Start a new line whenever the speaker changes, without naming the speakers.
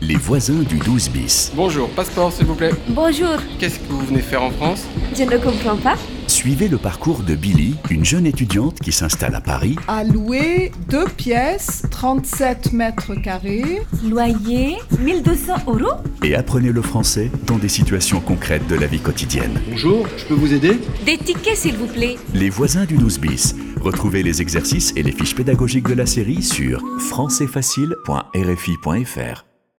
Les voisins du 12 bis.
Bonjour, passeport s'il vous plaît.
Bonjour,
Qu'est-ce que vous venez faire en France
je ne comprends pas.
Suivez le parcours de Billy, une jeune étudiante qui s'installe à Paris.
à louer deux pièces, 37 mètres carrés.
Loyer 1200 euros
et apprenez le français dans des situations concrètes de la vie quotidienne.
Bonjour, je peux vous aider
Des tickets s'il vous plaît.
Les voisins du 12 bis. Retrouvez les exercices et les fiches pédagogiques de la série sur françaisfacile.rfi.fr.